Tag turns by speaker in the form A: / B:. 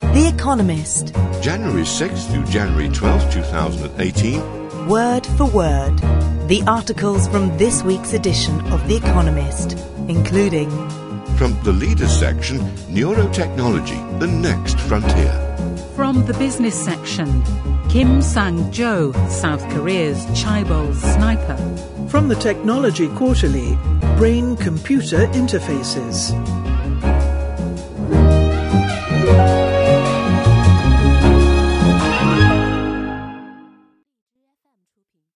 A: The Economist.
B: January 6th through January 12th, 2018.
A: Word for word. The articles from this week's edition of The Economist, including
B: From the Leaders section, Neurotechnology, the next frontier.
C: From the business section, Kim Sang Jo, South Korea's chaebol sniper.
D: From the Technology Quarterly, Brain Computer Interfaces.